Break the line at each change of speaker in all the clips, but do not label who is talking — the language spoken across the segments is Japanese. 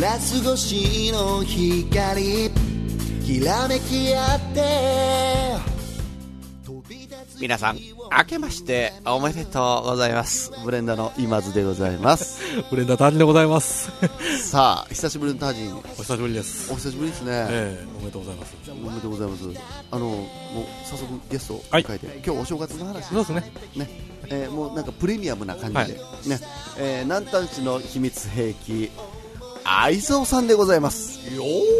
ラス越しの光きらめき合って
皆さん、明けましておめでとうございます。ブレンダの今津でございます。
ブレンダータージでございます。
さあ、久しぶりのタージン、
お久しぶりです。
お久しぶりですね。
ええおめでとうございます。
おめでとうございます。あの、もう早速ゲストを
はい
迎えて、今日お正月の話
そうですね。
ね。えーもうなんかプレミアムな感じで、
はい
ね、えー、南端市の秘密兵器、愛蔵さんでございます。
よー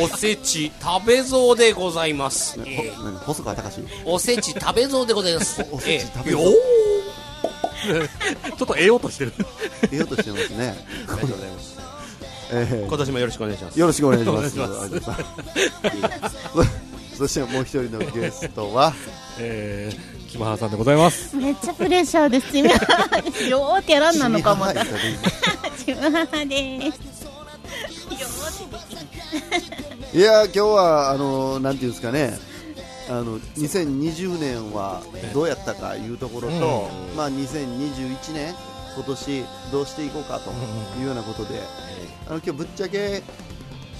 おせち食べぞうでございます、
ね
え
ほ何細川隆史。
ーおせち食べぞうでございます
おおせち食べ
え
ぞ
ー
う
よ
ちょっと得ようとしてる。
出ようとしてますね。
ーありがとうございます
えー
今年もよろしくお願いします
よろしくお願いします。
お願
いしますそしてもう一人のゲストは、
ええ木原さんでございます。
めっちゃプレッシャーです。ちみはです。 よーってやらんなの かも。
ちみははいですよね
ちみはです。よーって
いやー今日はあのーなんていうんですかねあの2020年はどうやったかいうところと、まあ、2021年今年どうしていこうかというようなことで、あの今日ぶっちゃけ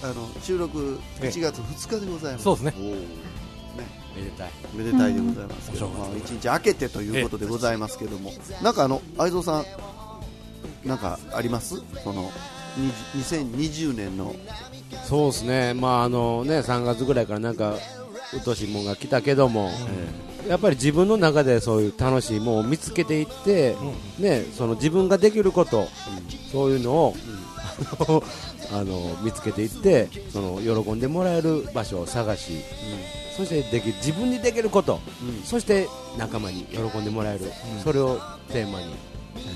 あの収録
ええ
1月2日でございます、
そうですね。
めでたい
めでたいでございますけど、
うん
まあ、1日明けてということでございますけども、なんかあの愛蔵さんなんかありますその20 2020年の
そうですね、まああのね、3月ぐらいからなんか、うっとうしいもんが来たけども、やっぱり自分の中でそういう楽しいもんを見つけていって、ね、その自分ができること、そういうのを、 あのあの見つけていってその、喜んでもらえる場所を探し、そしてでき自分にできること、
うん
そして仲間に喜んでもらえる、それをテーマに、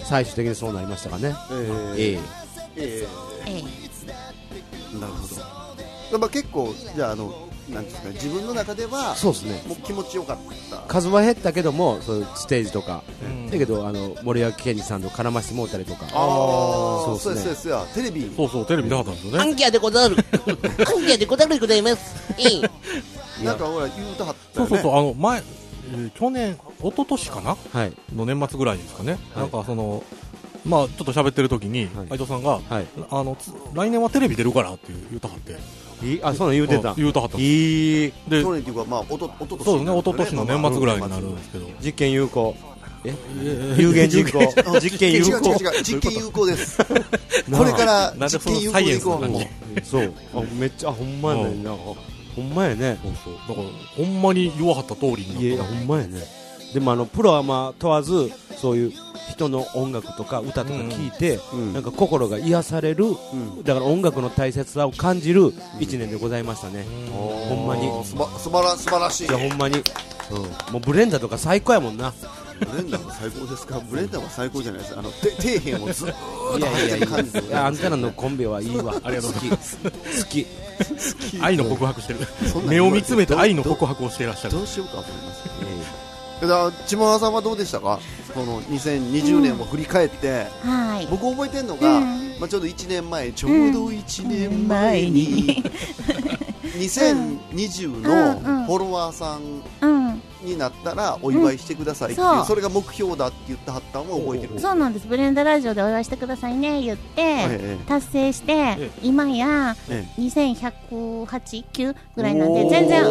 最終的にそうなりましたかね。
えー
ええ
え
え
ーなるほど、まあ、結構じゃああのなんていうんですか自分の中では
そうですね
もう気持ちよかった
数は減ったけどもそういうステージとか、
ん
だけどあの森脇健児さんと絡ましてもうたりと
あ
か
あ
そ
そう
う
で
ですす
そう
ね
ですよテレビ
そうそう、テレビなかったんですよ
ア
ね。
ンキャでござ るアンキャでござるでございますえー
なんかほら言うとはった
そ
よ、
う
ね、
そうそう、あの、前、えー去年、一昨年かな
はい
の年末ぐらいですかね。
はい
なんかその、まあちょっと喋ってる時に、
はい
相藤さんが、
はい
あの、つ来年はテレビ出るからっていう言うたはって。
いいあその言うて
あ
た
言うたはったんです。
いい
去
で、そ
年
う
っていうかまあおとおとと
ですね、一昨年の年末ぐらいになるんですけど。
実験有効え有限人口実験有
違う違
効
う違う実験有効 ですこれから
なんで
実
その
験有効
サイエ
で
ン
い
スな
こう
感じ
もう
そうあめっちゃあほんまやねなほんまやね
そうそう。だから、ほんまに言わはった通り
い
に
や
なっ
ほんまやねでもあのプロはまあ問わずそういう人の音楽とか歌とか聞いて、
うん
なんか心が癒される、
ん
だから音楽の大切さを感じる一年でございましたね、ほんまに
あーすば素晴ら素晴らしい
いやほんまに、うん、もうブレンダーとか最高やもんな
ブレンダーは最高ですかブレンダーは最高じゃないですあのて底辺をずーっと
いや
張
い
って
や
る
いや
感じで
いやあんたらのコン ビはいいわありがとう好き好き
た。愛の告白してる
そん。なん
目を見つめて
どう
愛の告白をしていらっしゃる
ど。うしようかと思いますけどだから千葉さんはどうでしたかこの2020年を振り返って、
えはい。
僕覚えてるのが、
うん
まあ、ちょうど1年前ちょうど1年前に、2020
うんう
の
ん
フォロワーさん
うん。
になったらお祝いしてくださいっていう、
うんそう
それが目標だって言ってはったのを覚えてる
そうなんです。ブレンダラジオでお祝いしてくださいね言って、
ええ
達成して、
え
今や
え
2108、9ぐらいなんで、全然、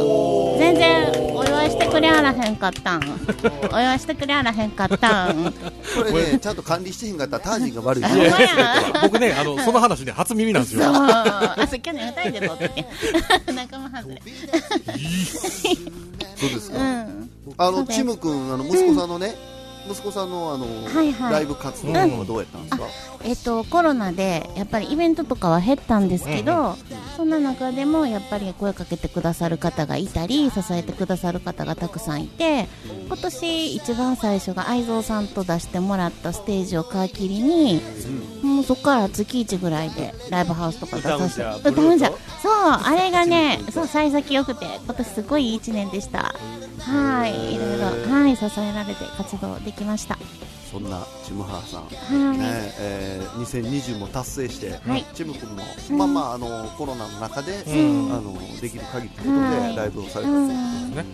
全然お祝いしてくれあらへんかったん。お祝いしてくれあらへんかったん。
これねちゃんと管理してへんかったらタージンが悪い
ほんまや。
僕ね、あの、その話ね、初耳なんです
そう。
よ。
あ、そう去年二人で撮ってて。 仲間外れ。
そうですか、
うん。
あ
そ
の
うです
チム君あの息子さんのね、息子さんのあの、
はいはい
ライブ活動とかはどうやったんですか、
えっと、コロナでやっぱりイベントとかは減ったんですけど、そんな中でもやっぱり声かけてくださる方がいたり支えてくださる方がたくさんいて今年一番最初が愛蔵さんと出してもらったステージを皮切りに、もうそこから月1ぐらいでライブハウスとか出させて歌うんじゃそうあれがねそう幸先よくて今年すごいいい1年でしたはいいろいろはい支えられて活動できました
そんなチムハーさん
はい、
ねえー2020も達成して、
はい
チム君も、
うん
まあまああのコロナの中で、
ん
あのできる限りということで、
はい
ライブをされ
う
たと、
ん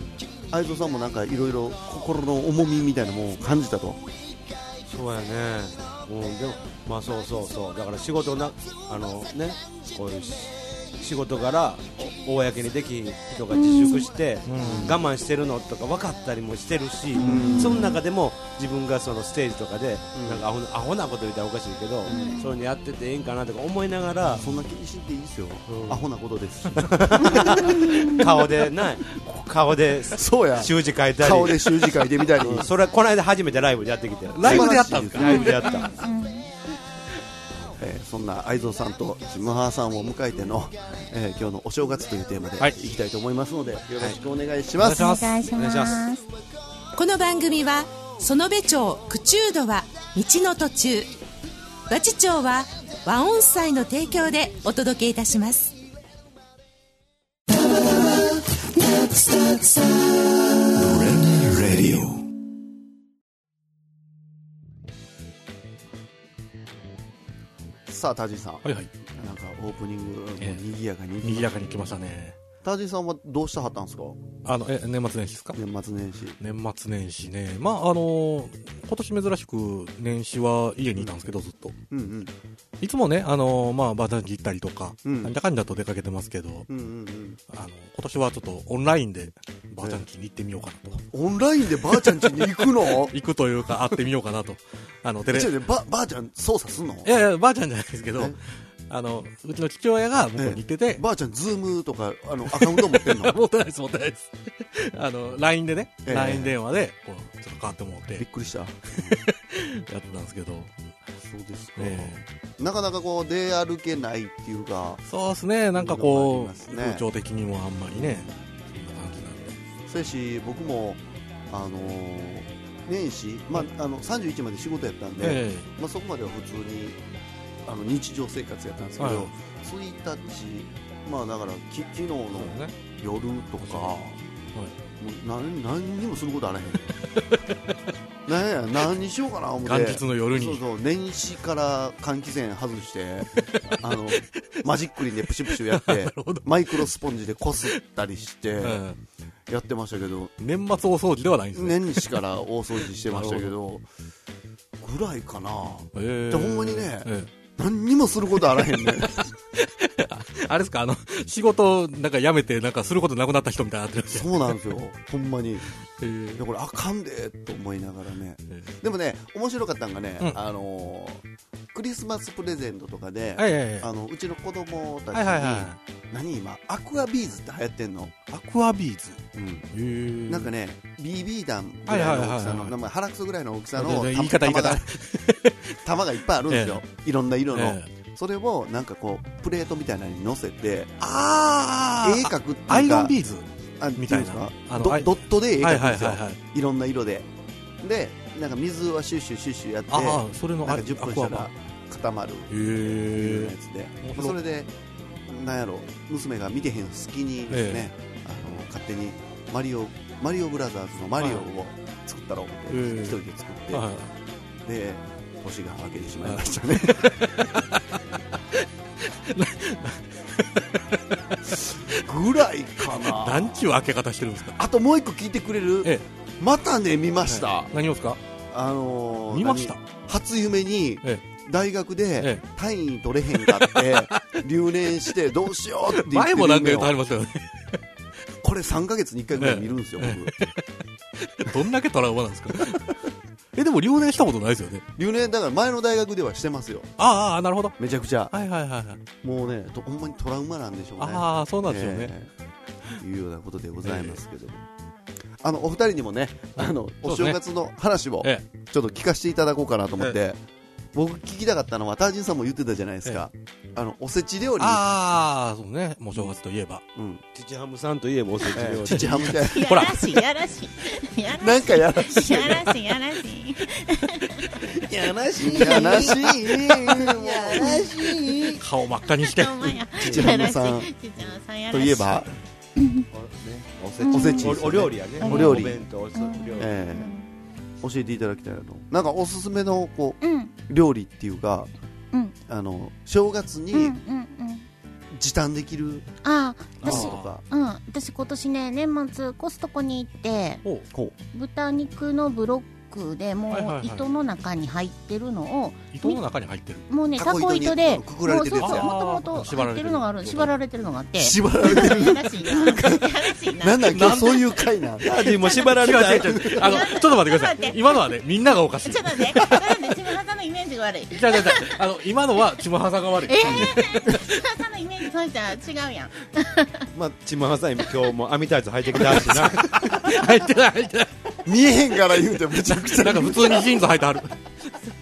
愛蔵さんもなんかいろいろ心の重みみたいなものを感じたと
そうやねうん、でもまあそうそうそうだから仕事なあのねこういうし仕事からお公にできひん人が自粛して、我慢してるのとか分かったりもしてるし、その中でも自分がそのステージとかで、なんかアホなアホなこと言ったらおかしいけど、そういうのやっててええんかなとか思いながら
そんな気にしんでいいですよ、アホなことですし
顔でな顔で
そうや
習字書いたり
顔で習字書いてみたり
うんそれこの間初めてライブでやってきて
ライブでやったんですか
ライブでやった
えーそんな愛蔵さんとムハーさんを迎えての、えー今日のお正月というテーマで
はい
いきたいと思いますので、よろしくお願いし
お
ま
願い
す、
しま
お
す
願いし
お願いし
ま
ます
この番組は園部町九中度は道の途中和知町は和音祭の提供でお届けいたします
さあタージーさん、
はいはい
なんかオープニングもう
ええ
賑やかに、
賑やかに来ましたね
タージーさんはどうしたはったんですか
あのえ年末年始ですか
年末年始
年末年始ねまああの今年珍しく年始は家にいたんですけどずっと
うんうん
いつもねあのまあバーターに行ったりとか、
うん
なんだかんだと出かけてますけど
うんうん
あの今年はちょっとオンラインでバーチャンキーに行ってみようかなと、
うんオンラインでばあちゃん家に行くの
行くというか会ってみようかな とあのテレ
ちょっ
い
とばばあちゃん操作すんの
やいやばあちゃんじゃないですけど
え
あのうちの父親が向こうに行ってて、
ばあちゃんズームとかあのアカウント持 ってんの
持ってないです持ってないです あの LINE でね、
ええ
LINE 電話でこうちょっと変わってもらって
びっく りした
やってたんですけど、
そうですか、
え
なかなかこう出歩けないっていうか
えそうですねなんか
いいの
こ
があります
う、
ね
風潮的にもあんまりねそんな感じなんで
せやし僕もあのー年始、まあ、あの31まで仕事やったんで、
え
まあ、そこまでは普通にあの日常生活やったんですけど、
はい
1日、まあ、だからき昨日の
えそうね
夜とか、もう何何にもすることあら へん何や何にしようかな思って
元日の夜に
そうそう年始から換気扇外して あのマジックリンでプシュプシュやってマイクロスポンジでこすったりして
うん
やってましたけど、
年末大掃除ではないんですね
年始から大掃除してましたけど、ぐらいかな、
ええ
でほんまにね
え
何にもすることあらへんね、
えあれですかあの仕事なんか辞めてなんかすることなくなった人みたいになってるんですよ
そうなんですよ、ほんまに、
え
いやこれ、あかんでと思いながらね、
え
でもね、面白かったんがね、
うん
あのークリスマスプレゼントとかで、
はいはいはい
あのうちの子供たちに、
はいはいは
何今、アクアビーズって流行ってんの、
いアクアビーズ
うん
ええ
なんかね、BB 弾ぐらいの大きさ
はいはいはいは
の、
い
なんか腹くそぐらいの大きさ
あ
の
でで言い方言い
玉
方
が玉がいっぱいあるんですよ、いろんな色の。
ええ
それをなんかこうプレートみたいなのに乗せて
あ
絵描くっていうか
アイロンビーズ
あ
みたいな
ってうんですか
あの
ド
あい
ドットで絵
は
描
い
く
は
ん
い
ですよ、
はい
い
はい
ろんな色ででなんか水はシュッシュシュッシュやって
ああそれの
な
あ
ん
れ
か10分
ア
した
クアマ
ら
ンへ
固まるっていうや
え
つで、
面
ま
白
あ
い
それでなんやろ娘が見てへん隙にですね、あの勝手にマリオマリオブラザーズのマリオを作ったろうって、
ええ
一人で作って、
はい
で星が分けてしまいましたねぐらいかな
なんちゅう開け方してるんですか
あともう一個聞いてくれる、
ええ
またね見ました、
はい何をですか
あのー
見ました
何初夢に
え
大学で
え
単位取れへんか って留年してどうしようって言って
前もなんか言ってはり
る
ましたよね
これ3か月に1回ぐらい見るんですよ、僕
どんだけトラウマなんですか えでも留年したことないですよね
留年だから前の大学ではしてますよ
ああなるほど
めちゃくちゃ
はいはいはいはい
もうねとほんまにトラウマなんでしょうね
ああそうなんですよね
ええいうようなことでございますけども、あのお二人にもねあのお
そう
正
ですね
月の話を
え
ちょっと聞かせていただこうかなと思って、僕聞きたかったのはタージンさんも言ってたじゃないですか、あのおせち料理、
ああそうねもう正月といえば
うん
父ハムさんといえばおせち
え
料
え
理
父ハムで
やらしいやらしいやら
なんかやらし
しいやらしいやらしい
いやらしいやらしい
顔真っ赤に して
ほんまや
父ハムさん
やらしい父ハムさんやらし
と
い
いえば
おせち
おせちですよね
お料理やね
お料理
弁当おせち料理
ええ教えていただきたいなとなんかおすすめのこ
うん
う料理っていうか、
うん
あの正月
うんう
に
んうん
時短できる
あ
もの
私
とか、
うん私今年ね年末コストコに行って
ほう
豚肉のブロックでも
はいはいは
う
い
糸の中に入ってるのを
糸の中に入ってる。
もうね
タ
タ
コ
コ
糸
糸
にあ
で
のくくられてるやつ
もう
や
そうそうもとも
あー
と入ってるのがある
縛
縛
ら
られてるのがあって
縛られてる
いやらしいないやらしいな
なんだ今日そういう回なん
ダディも縛られ た
違う違う違うあの、ちょっと待ってくださ
ちょっと待っ
い。
て
今のはね、みんながおかしい。
ち
違
ょ
う
っとね、なんで自分ののイメージが悪い。
違う違う。あの、今のは、ちむはさんが悪い。
えー、中のイメージそうじゃ違うやん。
まあ、ちまはさん今今日も網タイツ履いてきた しな
入ってない、入ってない。
見えへんから言うてむちゃくちゃ
なんか普通にジーンズ履いてある。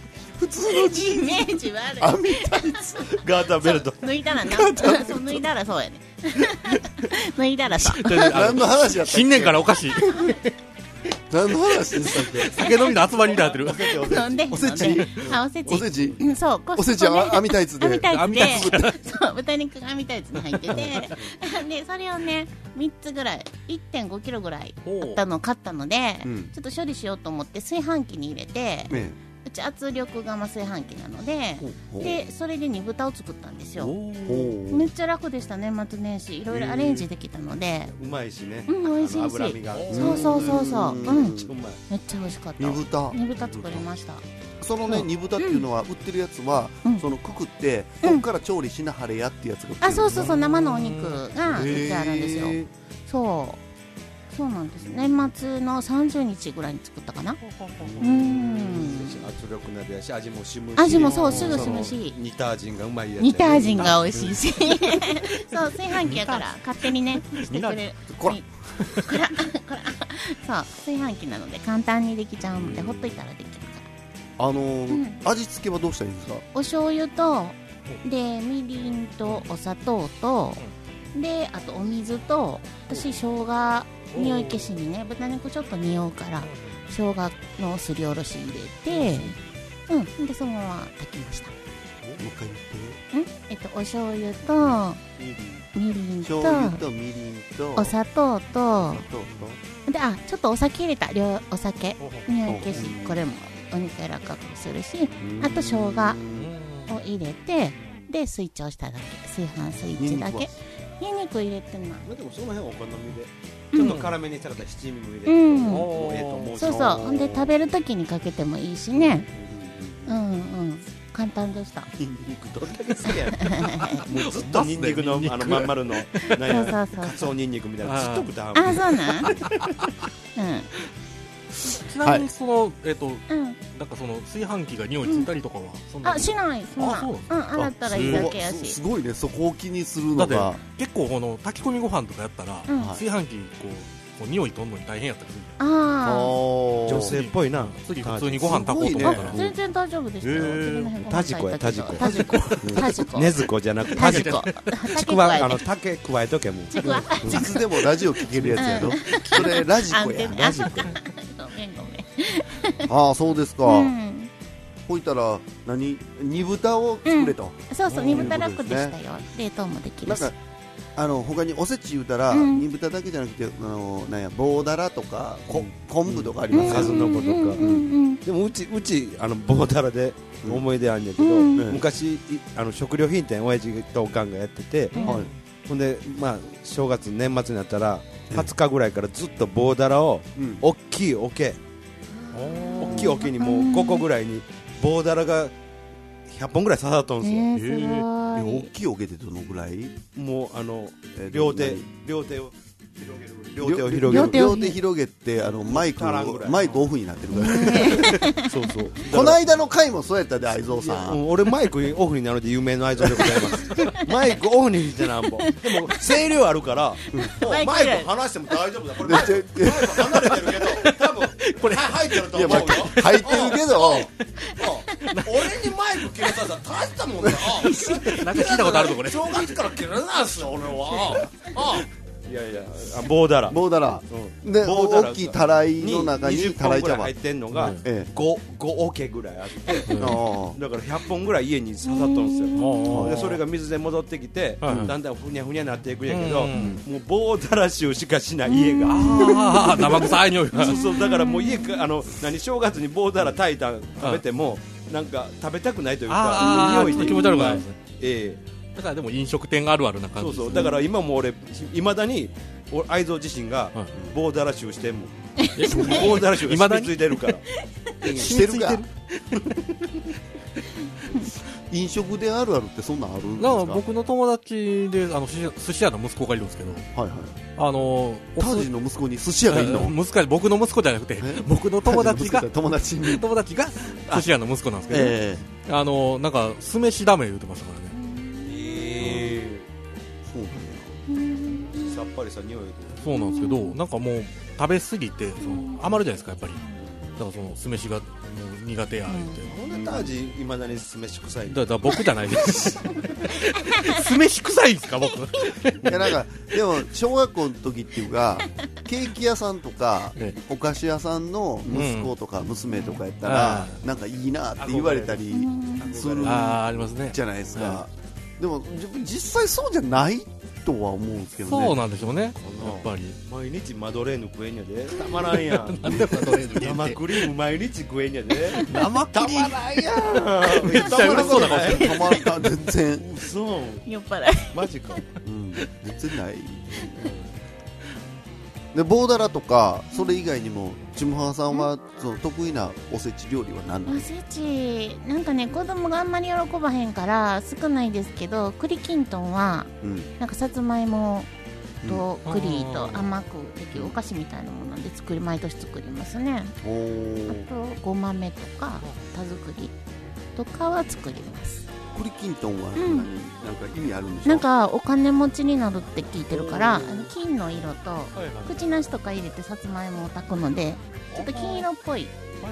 イメージ悪い。
網タイツ
ガーターベルト
抜いたらな、そう抜いたらそうやね。抜いたらそう。
何の話やったっけ
新年からおかしい。
何の話でしたっけ
酒飲みの集まりになってる。
飲んでへんの
お
で
せち
あおせち
おせち
うんそうこ
おせちは
こね
網タイツで
網タイツ
網
でそう豚肉が網タイツに入ってて でそれをね3つぐらい1 5キロぐらいあったのを買ったので、
うん
ちょっと処理しようと思って炊飯器に入れて、
ね
うち圧力釜炊飯器なので
ほう
でそれで煮豚を作ったんですよ
ほ
めっちゃ楽でしたね年末年始いろいろアレンジできたので
うまいしね、
うん美味しいし
あの脂身が
そうそうそうそ
う
う
ん
うん
うまい
めっちゃ美味しかった
煮豚
煮豚作りました
そのね煮豚っていうのは売ってるやつは
うん
そのくくってこっから調理しなはれやってやつが売ってる
あそうそうそう生のお肉が売ってあるんですよ
へー
そうそうなんです年末の30日ぐらいに作ったかなうーん
圧力鍋やし味もしむし
味もそうすぐしむし
その煮た味がうまいやつやね
煮た味が美味しい しそう炊飯器やから勝手にねしてくれる
こら
にこらこらそう炊飯器なので簡単にできちゃうのでほっといたらできるから
あのー
うん
味付けはどうしたらいいんですか
お醤油とでみりんとお砂糖とであとお水と私生姜匂い消しにね豚肉ちょっと匂うから生姜のすりおろし入れてうんでそのまま炊きました
もう一回言っ
んえっとお醤油と
て
みりんと
醤油とみりんと
お砂糖と
砂糖と
であちょっとお酒入れた両お酒匂い消しこれもお肉柔らかくするしあと生姜を入れてでスイッチを押しただけ炊飯スイッチだけニンニク入れてない
まあでもその辺お好みで
う
ちょ
ん
っと辛めにしたかったら七味も入れて、
うん
もうええと思うし
そうそうほんで食べるときにかけてもいいしねうんうん簡単でした
ニンニクどんだけ好きやねんもうずっとニンニクのあのまん丸 のなん
そう
や
そう そう
カツオニンニクみたいなのずっと豚は
あそうなん
ちなみに、その、えっと、
うんうん
なんかその、炊飯器が匂いついたりとかは、そんな
あしないそんな
あそうなんです
うん洗ったらいいだけや
すす
し
ごいねそこを気にする
だ
の
って
が
結構この炊き込みご飯とかやったら、
うん
はい
炊飯器こうこう匂いとんのに大変やったりする
あ
おー
女性っぽいな
次普通にご飯炊こうと
ー
思
あ
ったら、
全然大丈夫でしたよ
へー
次の辺ご飯
タジコや
炊いたけど
タ
タ
ジ
ジ
コ
コタジコ
ねずこじゃなくて
タジコ
ち
タ
く
ジコ
わあ
や
の
ね
竹加えとけもう
ちくわ
いつでもラジオ聞けるやつやろ、
う
それラジ
あ
コ
んて
や
ね
ラ
あ
ジ
そ
コ
っかごめんごめん
ああそうですか、
うん
ほいたら何煮豚を作れと、
そうそう
うん
煮豚楽でしたよ冷凍もでき
な
る
ん
し
かあの他におせち言うたら、
うん
煮豚だけじゃなくてあのなんや棒だらとかこ昆布とかありますか、
数の子と
うん
か
うんうん
でもうちうちあの棒だらで
うん
思い出あんねんけど、
うん
昔いあの食料品店親父とおかんがやってて、
うん
はい
ほんでまあ正月年末になったら
え
20日ぐらいからずっと棒だらを
うん
大きい桶大きい桶にもう5個ぐらいに棒だらが100本ぐらい刺さったんですよ、
えー、すご
大
い
きいおけでどのぐらい、
もうあの
えー
両手
何
両手を広げる両
両
手
手
を
を
広
広
げ
げる両手広げ
両手を
る
てあのマイク
足らんぐら
の
い
マイクオフになってるから、
そう そう
この間の回もそうやったで愛蔵さ
うんん俺マイクオフになるで有名な愛情でござい ますマイクオフにしてなんぼでも声量あるからもうマイク離しても大丈夫だこれ
で
マイ
ちょ
クマイク離れてるけど多分これ入ってると
いや、
思う
ま
よ
あ、入ってるけど、
俺にマイク切れさせたら大したもんだよ
なんか聞いたことあるぞこれ
正月から切れないっすよ俺はあ
いやいやあ棒だら
棒だら、
うん
で、
棒だら
大きいたらい
に
の中に
20
たら
本
い
ぐ
茶
らい
碗
入っ。てんのが
ええ
5オケぐらいあって
ああ
だから100本ぐらい家に刺さったんですよ
おー
でそれが水で戻ってきて、
はい
だんだんふにゃふにゃになっていくんやけど、
うん
もう棒だらしをしかしない家が、
あー生臭い匂いが
そう そうだからもう家かあの何正月に棒だら炊いたん食べても、なんか食べたくないというか
あー
匂いで
ちょっと気持ち悪くなりますね
え
だからでも飲食店があるあるな
え
感じ
そう
です
そうだから今も俺いまだに俺愛蔵自身が
はい
棒だらしをしても大田原市が
未だ
染
に
みついてるから
してるか 飲食であるあるってそんなんあるんですか
なんか僕の友達であの寿司屋寿司屋の息子がいるんですけど
はいはい
あのお
タージンの息子に寿司屋がいるの
息子僕の息子じゃなくて
え
僕の友達 が
タージンの息子って友達に
友達が寿司屋の息子なんですけど、
え
あのなんか酢飯ダメ言ってましたからね
えそうなんや
さっぱりした匂いで
そうなんですけどなんかもう食べ過ぎてその余るじゃないですかやっぱりだからその酢飯がもう苦手や言って、
こんなタージいまだに酢飯臭い
だから僕じゃないです 酢飯臭いんですか僕
いやなんかでも小学校の時っていう かケーキ屋さんとか
ええ
お菓子屋さんの息子とか娘とかやったら、なんかいいなって言われたりする
ああありますね
じゃないですか、
は
でもじ実際そうじゃないとは思うんですけどね
そうなんでしょうねやっ
な
ぱり
毎日マドレーヌ食えんやでたまらんやん生クリーム毎日食えんやで
生クリーム
めっちゃ嬉しそうな顔して
たまらん全然、
そう
酔っ払い
マジか
うん、全然ないで棒だらとかそれ以外にもちむはわさんはその得意なおせち料理は何なん
お
です
せちなんかね子供があんまり喜ばへんから少ないですけど栗きんとん
か、
は
うん
なんかさつまいもと栗と
うん
甘くできるお菓子みたいなもので作り毎年作りますね
お
あ
ー
とごまめとか田作りとかは作ります
栗きんとんは
ん
何なんか意味あるんでしょ
なんかお金持ちになるって聞いてるからあの金の色と口なしとか入れてさつまいもを炊くのでちょっと金色っぽい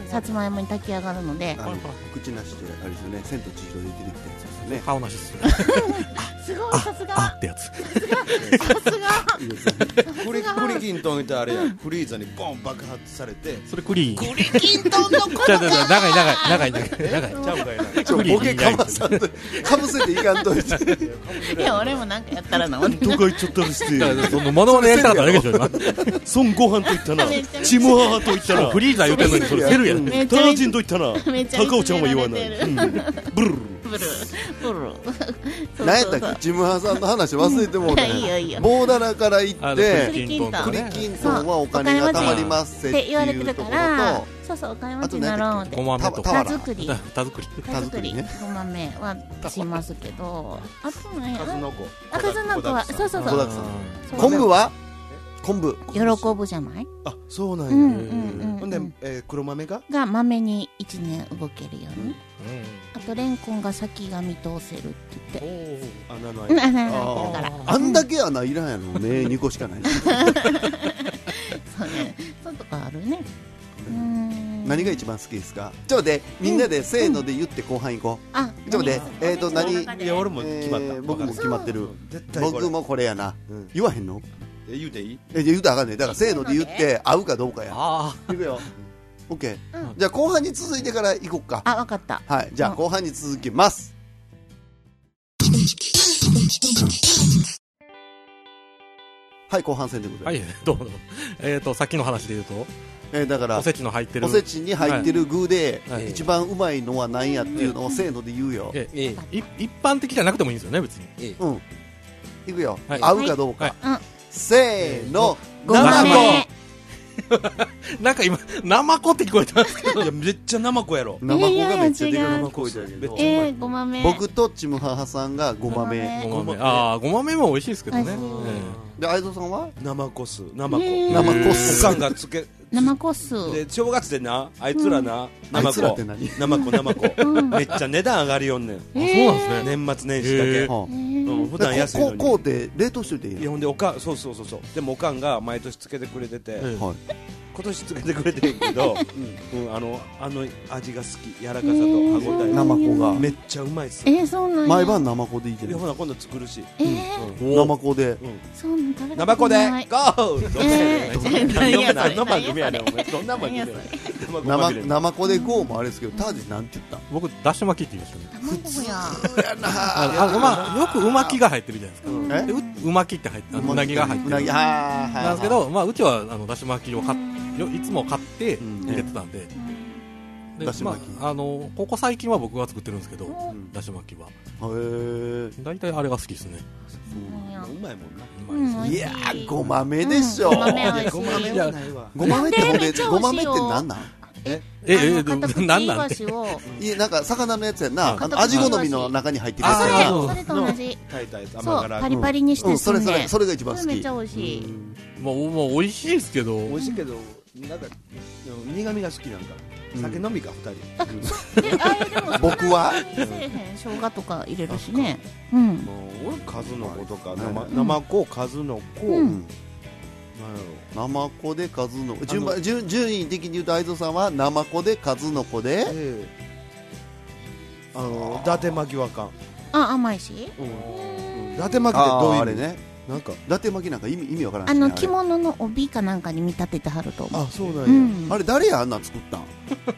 さつまいもに炊き上がるので
あの口なしであれですよね千と千尋で出てきたやつですよね
顔なしっすね
すごいさすが
あ
さ
ってやつ
すが
クリクリキントンってあれやフリーザにボン爆発されて
それクリーン
クリキントンのこ
じゃ
と
あじゃあじゃあ
か
長い長い長い長い長い
ちゃうかいな
ちょボケかまさんとかぶせていかんといて
いや俺もなんかやっ たらな思って
どこ行っちゃったりして
だからそのモノマネやりたかっただけでしょ今
孫悟飯と言ったな
めっちゃ
チムハハと言ったな
フリーザー言ってんのにそれセルやん
めっ
タ
ちゃ
ー
見
ジ
て
ンと言ったな
めっちゃ
高尾ちゃんは言わない
見つ
う
め
んブルルル
ブルブルそう
何やっ
そうそ
たっ
う
けジムハさんの話忘れてもうた
いやいいよいいよ
棒だらから行
あ
っ
の
て
栗きんとんとか
栗
ね
きんと
そ
んはお金が貯まります
っ
ってて
言われ
い
て
う
る
と
か
こ
ら
ろ
そうそうお金持ちになろうって
と
ごまめと
た
か
田
俵
作り
田作り
田作り
田作りね
ごまめはしますけどあとね
カズノコ
あ数の子はそうそう
小田
そう
さん
そう
昆布は昆布
喜ぶじゃない
あそうな
うんん
や
うんうん
ほ
うん
で
ん
えー黒豆が
がまめに一年動けるように
うん
あとレンコンが先が見通せるって言って
穴の
うん
開いて
あなるほどだから
あんだけ穴いらんやろね2個しかない
そうねそうとかあるねうーん
何が一番好きですかちょっと待ってみんなでせーので言って後半行こ
あ
ちょっと待ってえーと何
いや俺も
う
決まった、
えー僕も決まってる
絶対これ
僕もこれやな
うん
言わへんの
え言うていい
えじゃあ言うたらあかんねだからせーので言って合うかどうかや
あ
いくよオッケ
う
ーじゃあ後半に続いてから行こっか
あわかった
はいじゃあ後半に続きますはい後半戦でご
あ
ざ
はい
ます
いどうもどうもえっとさっきの話で言うと
えーだから
おせちの入ってる
おせちに入ってる具で
はいはい
一番うまいのは何やっていうのをせーので言うよ
ええい一般的じゃなくてもいいんですよね別に
うんいくよ
はい
合うかどうか
はいうん
せーの
ごま
生子
め
なんか今生子って聞こえた
いやめっちゃ生子やろ
生子がめっちゃ
い
で
やいや
かいう
違
生子いたけど
えー、ごまめ
僕とちむははさんがごまめ
ごまめああごまめも美味しいですけどね
美味しい
で相蔵さんは
生子す生子、
へー
生コ
お
ス
かんがつけ
生コスう
で正月でなあいつらな、
あ
生
いつらっ
子
て何
生子生子、
ん
めっちゃ値段上がるよんねん
ええあそうなんですね
年末年始だけ、
へー
はあ
うん、普段
で
安い
こ
の
う
に
こうで冷凍しといていい
いや
や
ほんでおかんそうそうそうそうでもおかんが毎年つけてくれてて、
ええ
はい
今年つけてくれてる けど、うんあのあの味が好き柔らかさと歯ごたえ
生子
が
が
めっちゃうまいっす
えー、そうなんや
毎晩生子でいいじゃ
で
ない
ほな今度作るし
えー、
生子で
そうなん食べた
生
こ
子
と
で
ない
ゴー
えー何やそれ
何の番組やねんお前どんな番組やねん生子まみれ
生生子で GO もあれですけどタージなんて言っ
僕だし巻きって言いましたね
卵や
ああまあよくうまきが入ってるじゃない
た
ですかで
え
ううまきって入ってあのうなぎが入って
う
る
なぎはーはい
なんですけど、まあ、うちはあのだし巻きを買っよいつも買って
ん
入れてたんで、で
だし巻き
まあ、あのここ最近は僕が作ってるんですけど、だし巻きは
へ
大体あれが好きですね
うまいもんな
うま
う
いです
ん
えいやーごまめでしょ、
うんごまめ美味
や
しい
ごまめ
い
は
や
ないわごまめってほん
め
で
っちゃ美味しいよ
ごまめってなんなん
ええ
あの片口
え
イ
なんなん
ワ
て
シを
いやなんか魚のやつやんな、
うん
あの味好みの中に入ってるやつ
そ
や
れ
ん
あ
な
ー
それと同じ
炊いたやつ
そ
甘
う
辛
パ
い
リパリにし
う
て
ん、それそれそ
れ
れが一番好
それめっ
き
ちゃ美味しい
まあ、おまあ美味しいですけど
美味しいけどなんかでも苦味が好きなんか
うん
酒飲みか二人
であれでもそんな
僕は
にせえへん生姜とか入れるしねうん
もう俺数の子とか生
う
生子数の子
う
なんや
ん
ろ
生子で数の順番順順位的に言うと愛蔵さんは生子で数の子で
であの伊達巻きはあかん
あ甘いし
伊達巻きってどうい
あ
う意
ー
味
あれね
なんか
伊達巻きなんか意味意味わからんし
あ
ね
の
れ
着物の帯かなんかに見立ててはると思う
あそうなんや、
うん
あれ誰やあんなん作ったん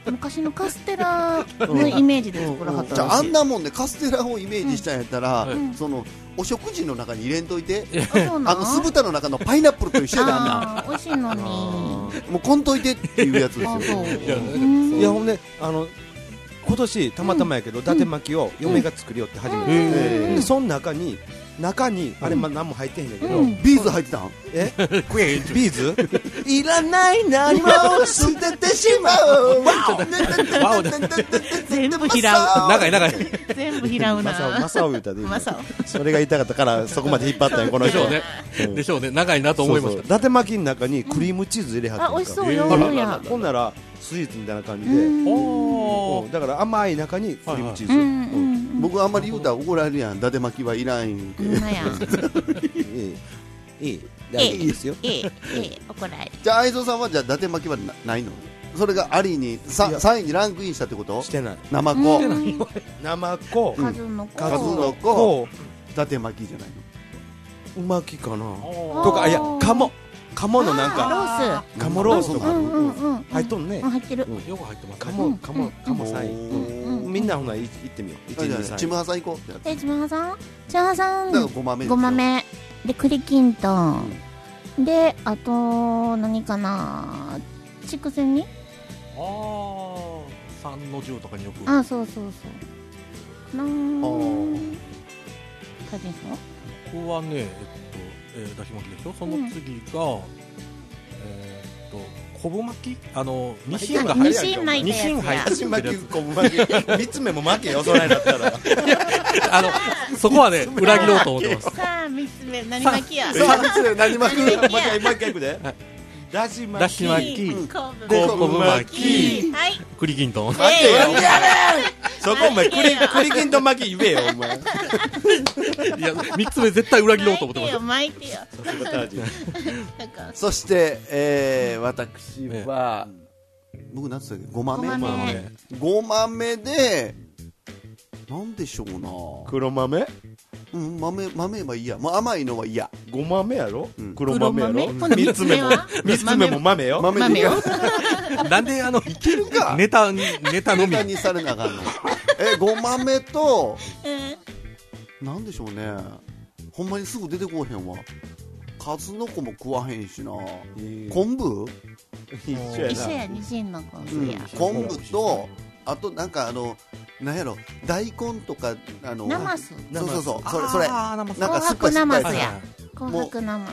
昔のカステラのイメージで作らはっ
じ
た
ゃあ
ら
あ
し
ん
い
なもんでカステラをイメージしたんやったら、
うん
そのお食事の中に入れんといて
あそうな
あの酢豚の中のパイナップルと一緒やであんな
あー美味しいのに
んもうこんといてっていうやつで
あ
す
そ
よ
う
いや
うん
いやほんであの今年たまたまやけど、伊達巻きを嫁が作りよって初めて、
え
で
ー
その中に中にあれ、ま何も入ってへんねんけど、
うん
ビーズ入ってたん
え
クエーンって
ビーズいらない何も捨ててしま う
わおで
全部平う
長い長い
全部平うな
マサオマサオ言うたでいいの
マサ
それが言いたかったからそこまで引っ張ったんよこの
でし
人
ょうね
うん
でしょうね長いなと思いまし
そう
た
そう伊達巻きの中にクリームチーズ入れはった
あ美味しそう
えー
ようや
ほんならスイーツみたいな感じ
う
で、
ん
お
う
ー
んだから甘い中にクリームチーズ、
うんう
うん
ん
僕あんまり言うたら怒られるやん伊達巻きはいらん言うて
うんほんまや
いいいい大丈夫ですよ
ええええ怒られる
じゃあ愛蔵さんはじゃあ伊達巻きはなないのそれがありに
いや
3, 三位にランクインしたってこと
してない
生子、
う
伊
ん
生子、
数の子
数の子
こ
達巻きじゃないの
ううまきかな
あー
とかいや鴨鴨のなんか
あ
カモロース
ーロー
と
ス
か
うんうんうん
入っとんね
あ入ってる
うん
よく入ってますね
鴨鴨鴨
うん
さん
うん
みんなほな行ってみよう一
あじゃあ
二三
チムハさん行こうってなって
えちまはさんちまはさ
だから
ん
ごまめです
ご
よ
まめで栗きんとんであと何かな筑前煮
あー三の十とかによく
あそうそうそうなん
あー
かじんさん
僕はねえっと、えー、だし巻きでしょその次が、えーっと昆布巻きあのニシンが入
ニ
る
シン巻いたやつや
ニシン入ってる
足巻きこぶ巻き三つ目も負けよそないなったら
あのそこはね裏切ろうと思ってます
さあ三つ目何巻きや
さあ失礼何巻き
もう一回もう一回行くで
はい
だし巻
だ
き
し巻き
昆布
で昆布巻き
はい
栗きんとん
待てよそこお前栗栗きんとん巻き言えよお前
いや三つ目絶対裏切ろうと思って
巻い
ま
て
す
よ巻いてよなんか
そして、えー、私は、僕なんつったっけごまめ
ごまめ
ごまめでなんでしょう
黒豆
な、うん、豆豆はいいやもう甘いのは嫌
ごまめやろ
うん
黒豆やろ
黒豆
三つ目も
ほな
三
三
つ
つ目は
目も豆よ
豆でいいや
なんであのいける
か
ネタにネタのみ
豚にされなあかんのえごまめと
うん
なんでしょうねほんまにすぐ出てこうへんわ数の子も食わへんしな昆布、
一緒や
一緒
な
や二人の子
うん
や
昆布とあとなんかあのなんやろ大根とかあの
ナマス
そうそうそうそれそれ
あー生
なんか酸っぱ
紅白
い酸
ナ
っぱ
マ
い
ス
や
や紅白ナマ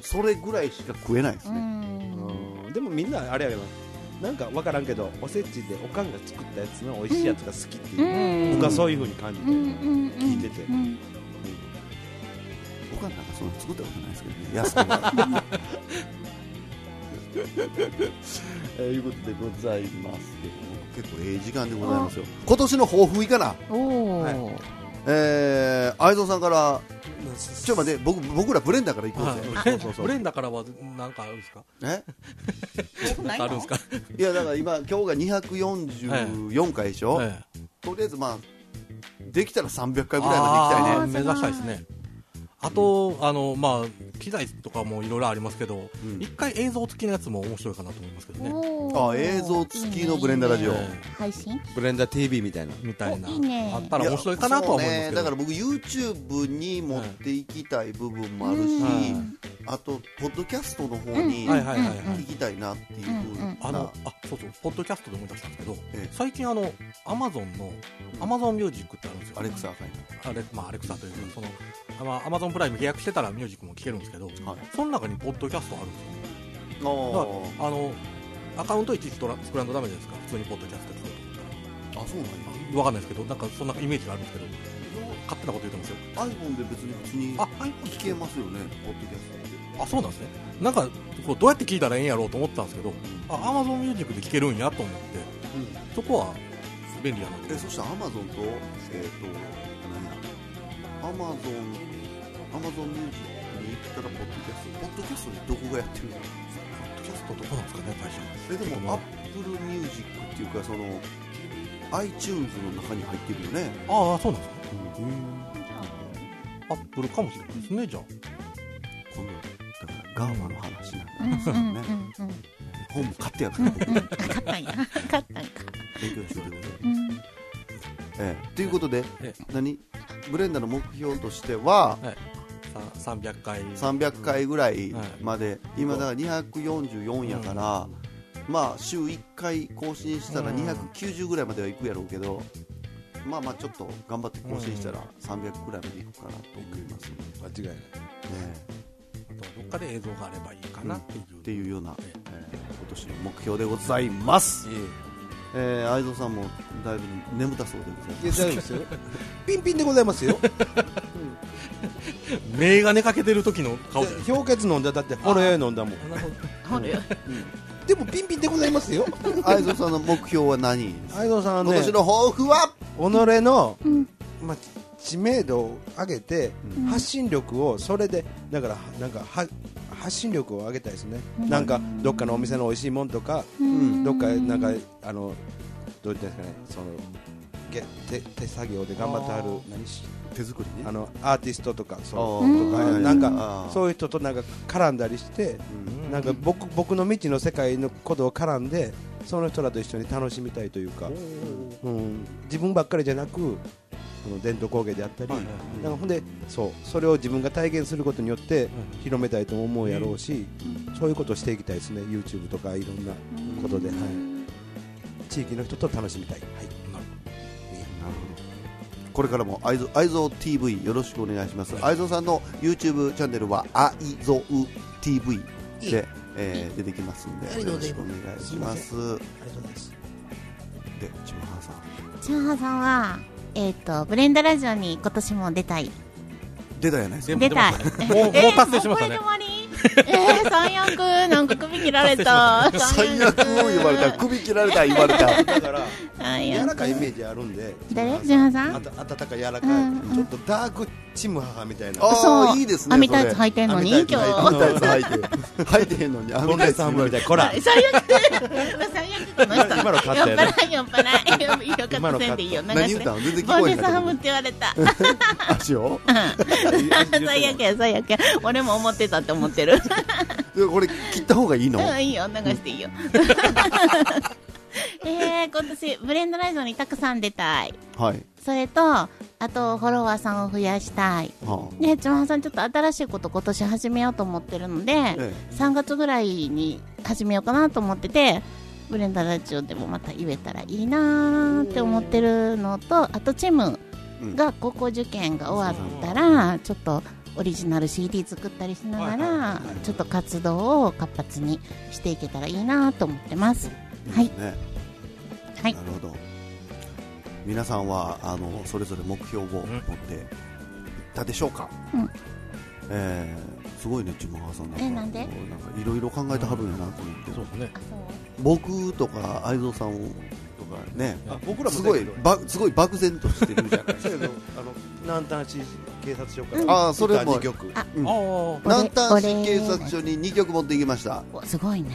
ス
つそれぐらいしか食えないです
う
ね、
ん
うんでもみんなあれやけどなんか分からんけどおせちでおかんが作ったやつの美味しいやつが好きっていう、
うん
僕はそういうふうに感じ
う
てる、
んうんうん
聞いてて
うん
僕はなんかそんな作ったことないですけどね安くな えーいうことでございますけど結構ええ時間でございますよ今年の抱負いかな
お
は
ー
えー、愛蔵さんからちょっと待って僕僕らブレンダーから行こうぜ、
はいブレンダーからはなんかあるんですか
え
なんかあるんですか
いやだから今今日が244回でしょ、
はい
とりあえずまあできたら300回ぐらいまで行きたいね
あー目指したいですねあと、あのまあ、機材とかもいろいろありますけど、
うん
一回映像付きのやつも面白いかなと思いますけどね、
おー
あ映像付きのブレンダラジオ
いいねいいね配信
ブレンダー TV みたいな
みたいな、
おいいね
あったら面白いかなとは思います
やそう
け
ねだから
ど
僕 YouTube に持っていきたい部分もあるし、
は
あとポッドキャストの方に
うん
はいはいはいはい
聞きたいなっていうふ
あ
うな
のあそうそうポッドキャストで思い出したんですけど、
ええ
最近あのアマゾンのアマゾンミュージックってあるんですよ
アレクサが書い
あれまあアレクサというかそのあまあアマゾンプライム契約してたらミュージックも聴けるんですけど、
はい
その中にポッドキャストあるんです
た
よ
お
だからあのアカウントいちいち取ら作らんとダメじゃないですか普通にポッドキャスト聞く
ーあそうなんや
とわかんないですけどなんかそんなイメージがあるんですけど勝手なこと言ってますよ
iPhone で別に普通に
あ
聞けますよねポッドキャストって
あそうなんですねなんかこうどうやって聞いたらええんやろうと思ったんですけどあアマゾンミュージックで聴けるんやと思って、そこは便利やなと
えそしてアマゾンとえっ、と何やアマゾンアマゾンミュージックに行ったらポッドキャストポッドキャストでどこがやってるの
ポッドキャストどこなんですかね会社
えで
ちょっと
も
ま
ア
あ
ップルミュージックっていうかその iTunes の中に入ってるよね
ああそうなんですねアップルかもしれないですねじゃあ
今度だからガーマの話なんだ
うんうんうんうん。
本も買ってやるから 僕勉
勝ったんや。 勝ったんや。
強してる ことで
うん。
ええということで
え
何ブレンダの目標としては
さ300回
300回ぐらいまで、
い
今だから244やから、まあ週1回更新したら
うん
290ぐらいまではいくやろうけど、まあまあちょっと頑張って更新したら300ぐらいまでいくかなと思いますね、
間違いない
あとどっかで映像があればいいかなっていう、
っていうような、
ええ
えー今年の目標でございます、えー、相蔵さんもだいぶ眠たそうでございます
や大丈夫ですよピンピンでございますよ
メガネかけてる時の顔で
氷結飲んだだってほろ酔い飲んだもんでもピンピンでございます よ
相蔵さんの目標は何ですか
相藤さん
今
はね
年の抱負は
己の、
ん
まあ、知名度を上げて、発信力をそれでだからなんかは発信力を上げたいですね、なんかどっかのお店の美味しいもんとか、
ん
どっかなんかあのどういったんですかねそのげ手手作業で頑張ってはる何し
手作り
あ
ね
のアーティストとかそう
あー
とか
はいはいはい
なん
あ
か
ー
そういう人となんか絡んだりして、
うん
なんか僕僕の未知の世界のことを絡んでその人らと一緒に楽しみたいというか、うん、自分ばっかりじゃなくその伝統工芸であったり、
はいはい
なんかほんでそうそれを自分が体現することによって広めたいとも思うやろうし、そういうことをしていきたいですね YouTube とかいろんなことで、はい、地域の人と楽しみたい、はい
これからも愛蔵愛蔵 TV よろしくお願いします、愛蔵さんの YouTube チャンネルは愛蔵 TV で、えー出てきますんで
ありが
よろ
とうござ
し
い
くお
ま
願いし
す
ます
ありがとうございます
で千葉さん
チャーハンさんは、えっ、と、ブレンダラジオに今年も出たい。
出たやないです
で
か
も
出たい。
でももうもう
えー
達成しましたね
もうこれで終わりえー、最悪。なんか首切られた。
最悪を 言われた首切られた言われた
だから
最
柔
悪。
らかいイメージあるんで
誰ジュハさ
あ
ん
た温かい柔らかい、
うん
ちょっとダークチムハみたいな
ああいいですね
網タイツ
それ
履いてんのに
網
今日。
タイツ
アミタイツ 履いて履いてへんのにア
こ
ミタ
んな
イツ
サムみたいなこら
最悪。最悪この人。
今のカットやね
酔っ払い酔っ払い。よかったせんでいいよ。流
何
し
言ってた。の全然聞
ボ
こえ
ー
へ
デ
ん
サム
か
っ
って
言われた。
た足を
最悪や最悪や。俺も思ってたって思ってる。
でこれ切った方がいいの
うん、いいよ、流していいよ。 えー、今年、ブレンドラジオにたくさん出たい。
はい
それと、あと、フォロワーさんを増やしたい。
は
ね、ちまはさん、ちょっと新しいこと今年始めようと思ってるので、
え
3月ぐらいに始めようかなと思ってて、ブレンダラジオでもまた言えたらいいなーって思ってるのと、あとチームが高校受験が終わったら、ちょっとオリジナル CD 作ったりしながら、ちょっと活動を活発にしていけたらいいなーと思ってます。
あ
はいい
い、ね
はい
な、るほど皆さんはあのそれぞれ目標を持っていったでしょうか、
うん
えーすごいねちむはさんなんか
えなんで
こうなんかいろいろ考えてはるんやなと思って、
そうですね
あ
僕とか愛蔵さんとかね
あ僕らも
す
だ
ご
け
い
ど
ばすごい漠然としてるじゃない
そうやけどあの南端市警察署から、
あーそれも
歌二曲
あ
うん
あー
俺
南端市警察署に2曲持ってきました、
そうすごいね。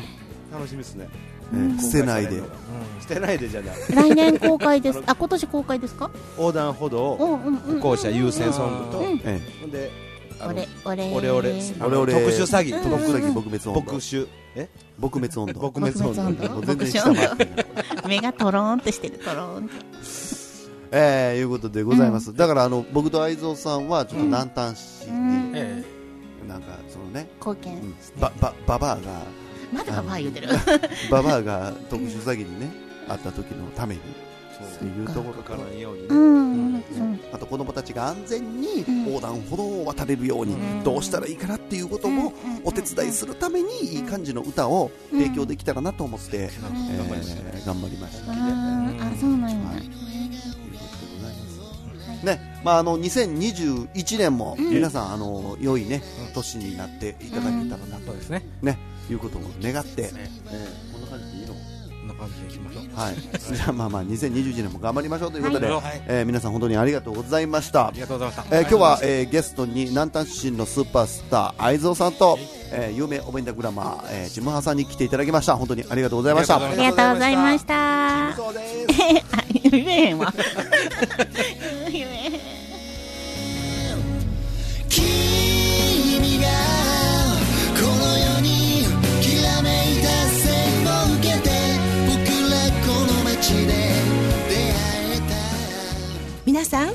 楽しみですね
えー捨てないで
公開されるのが捨てないでじゃない
来年公開です。あ、今年公開ですか
横断歩道
うんうんうんうん
歩行者優先ソングと、
うん
え
ほんであの
俺、俺。
オレオレあの
オレオレ
特殊詐欺
ー
特
特殊
殊詐
詐欺撲滅
欺
温度
特殊え
撲滅温度
撲滅ソング
撲滅音頭
もう全然下回ってない
目がトローンってしてる、トローンって。
えー、いうことでございます、だからあの僕と愛蔵さんはちょっと南端市に、
え
なんなんかそのね、
貢献、
うん、ばばババアが
まだかばあ言うてる
ババアが特殊詐欺にねあった時のためにっていうところから
かないように
う
ね、
んうんうん
あと子供たちが安全に
ん
横断歩道を渡れるように
ん
どうしたらいいかなっていうことも
うん
お手伝いするためにいい感じの歌を提供できたらなと思って、えー
頑張りましたね
頑張りました。
あーあそうなんや、
はいねまあ、あの2021年も皆さん、あの良い、ね、年になっていただけたらなと、
そうですね。
ね、いうことを願って、
ね
えーこんな感じでいいの
こんな感じでいきましょう。
はい、 じゃあまあまあ2021年も頑張りましょうということで、
はい
えー皆さん本当にありがとうございました
あり。がとうございました。
えー今日は、えーゲストに南丹出身のスーパースター愛蔵さんと、えー有名お弁当グラマー、えージムハさんに来ていただきました本当にありがとうございました
ありがとうございました
ありがとうございま
そう
した
です
あ言えへんわ言えへん
君がこの世にきらめいた線を受けて僕らこの街で出会えた
皆さん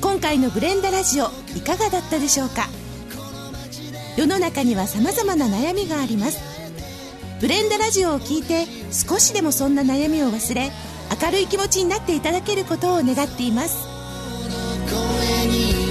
今回の「ブレンダラジオ」いかがだったでしょうか世の中には様々な悩みがありますブレンダラジオを聞いて少しでもそんな悩みを忘れ明るい気持ちになっていただけることを願っています
声に